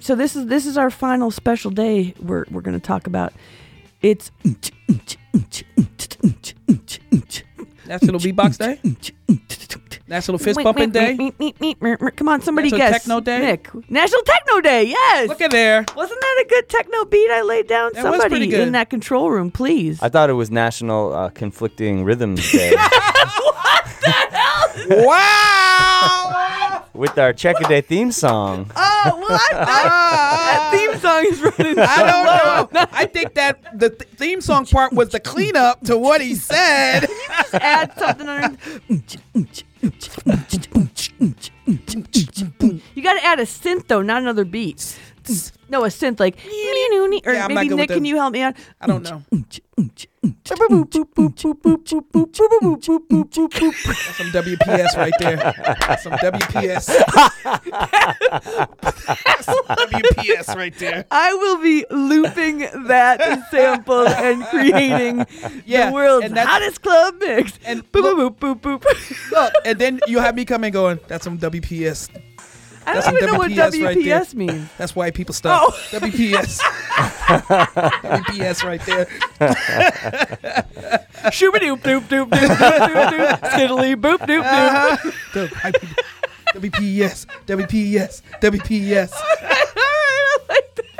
So this is this is our final special day. We're we're gonna talk about. It's National Beatbox Day. National Fist Pumping Day. Come on, somebody National guess. Techno Day? Nick. National Techno Day. Yes. Look at there. Wasn't that a good techno beat I laid down? That was Somebody pretty good. in that control room, please. I thought it was National uh, Conflicting Rhythms Day. Wow. with our Check a Day theme song. oh well, I, that theme song is running. I don't know. I think that the th- theme song part was the cleanup to what he said. add something under. you got to add a synth though, not another beat. No, a synth like or Yeah, I'm not maybe good with Nick, the- can you help me out? I don't know. That's some WPS right there. That's some WPS. That's some WPS right there. I will be looping that sample and creating Yeah, the world's and that's- hottest club mix. and boop, boop, boop, boop, boop. Look, and then you have me coming going. That's some WPS. I That's don't even some know what WPS right there. WPS means. That's white people stuff. Oh. WPS. WPS right there. Shooba doop doop doop doop doop doop doop. Skiddly boop doop Uh-huh. doop. The white people. WPS. WPS. WPS. I like that.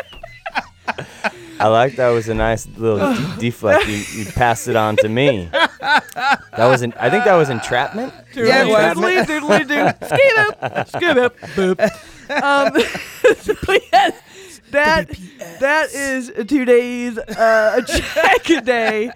I like that was a nice little deep deflect. You, you passed it on to me. That was an, I think that was entrapment. Yeah, Doodly, well, doodly, doodly, doo. Skid up, skid up, boop. Um, so yes, that that is today's uh, check a day.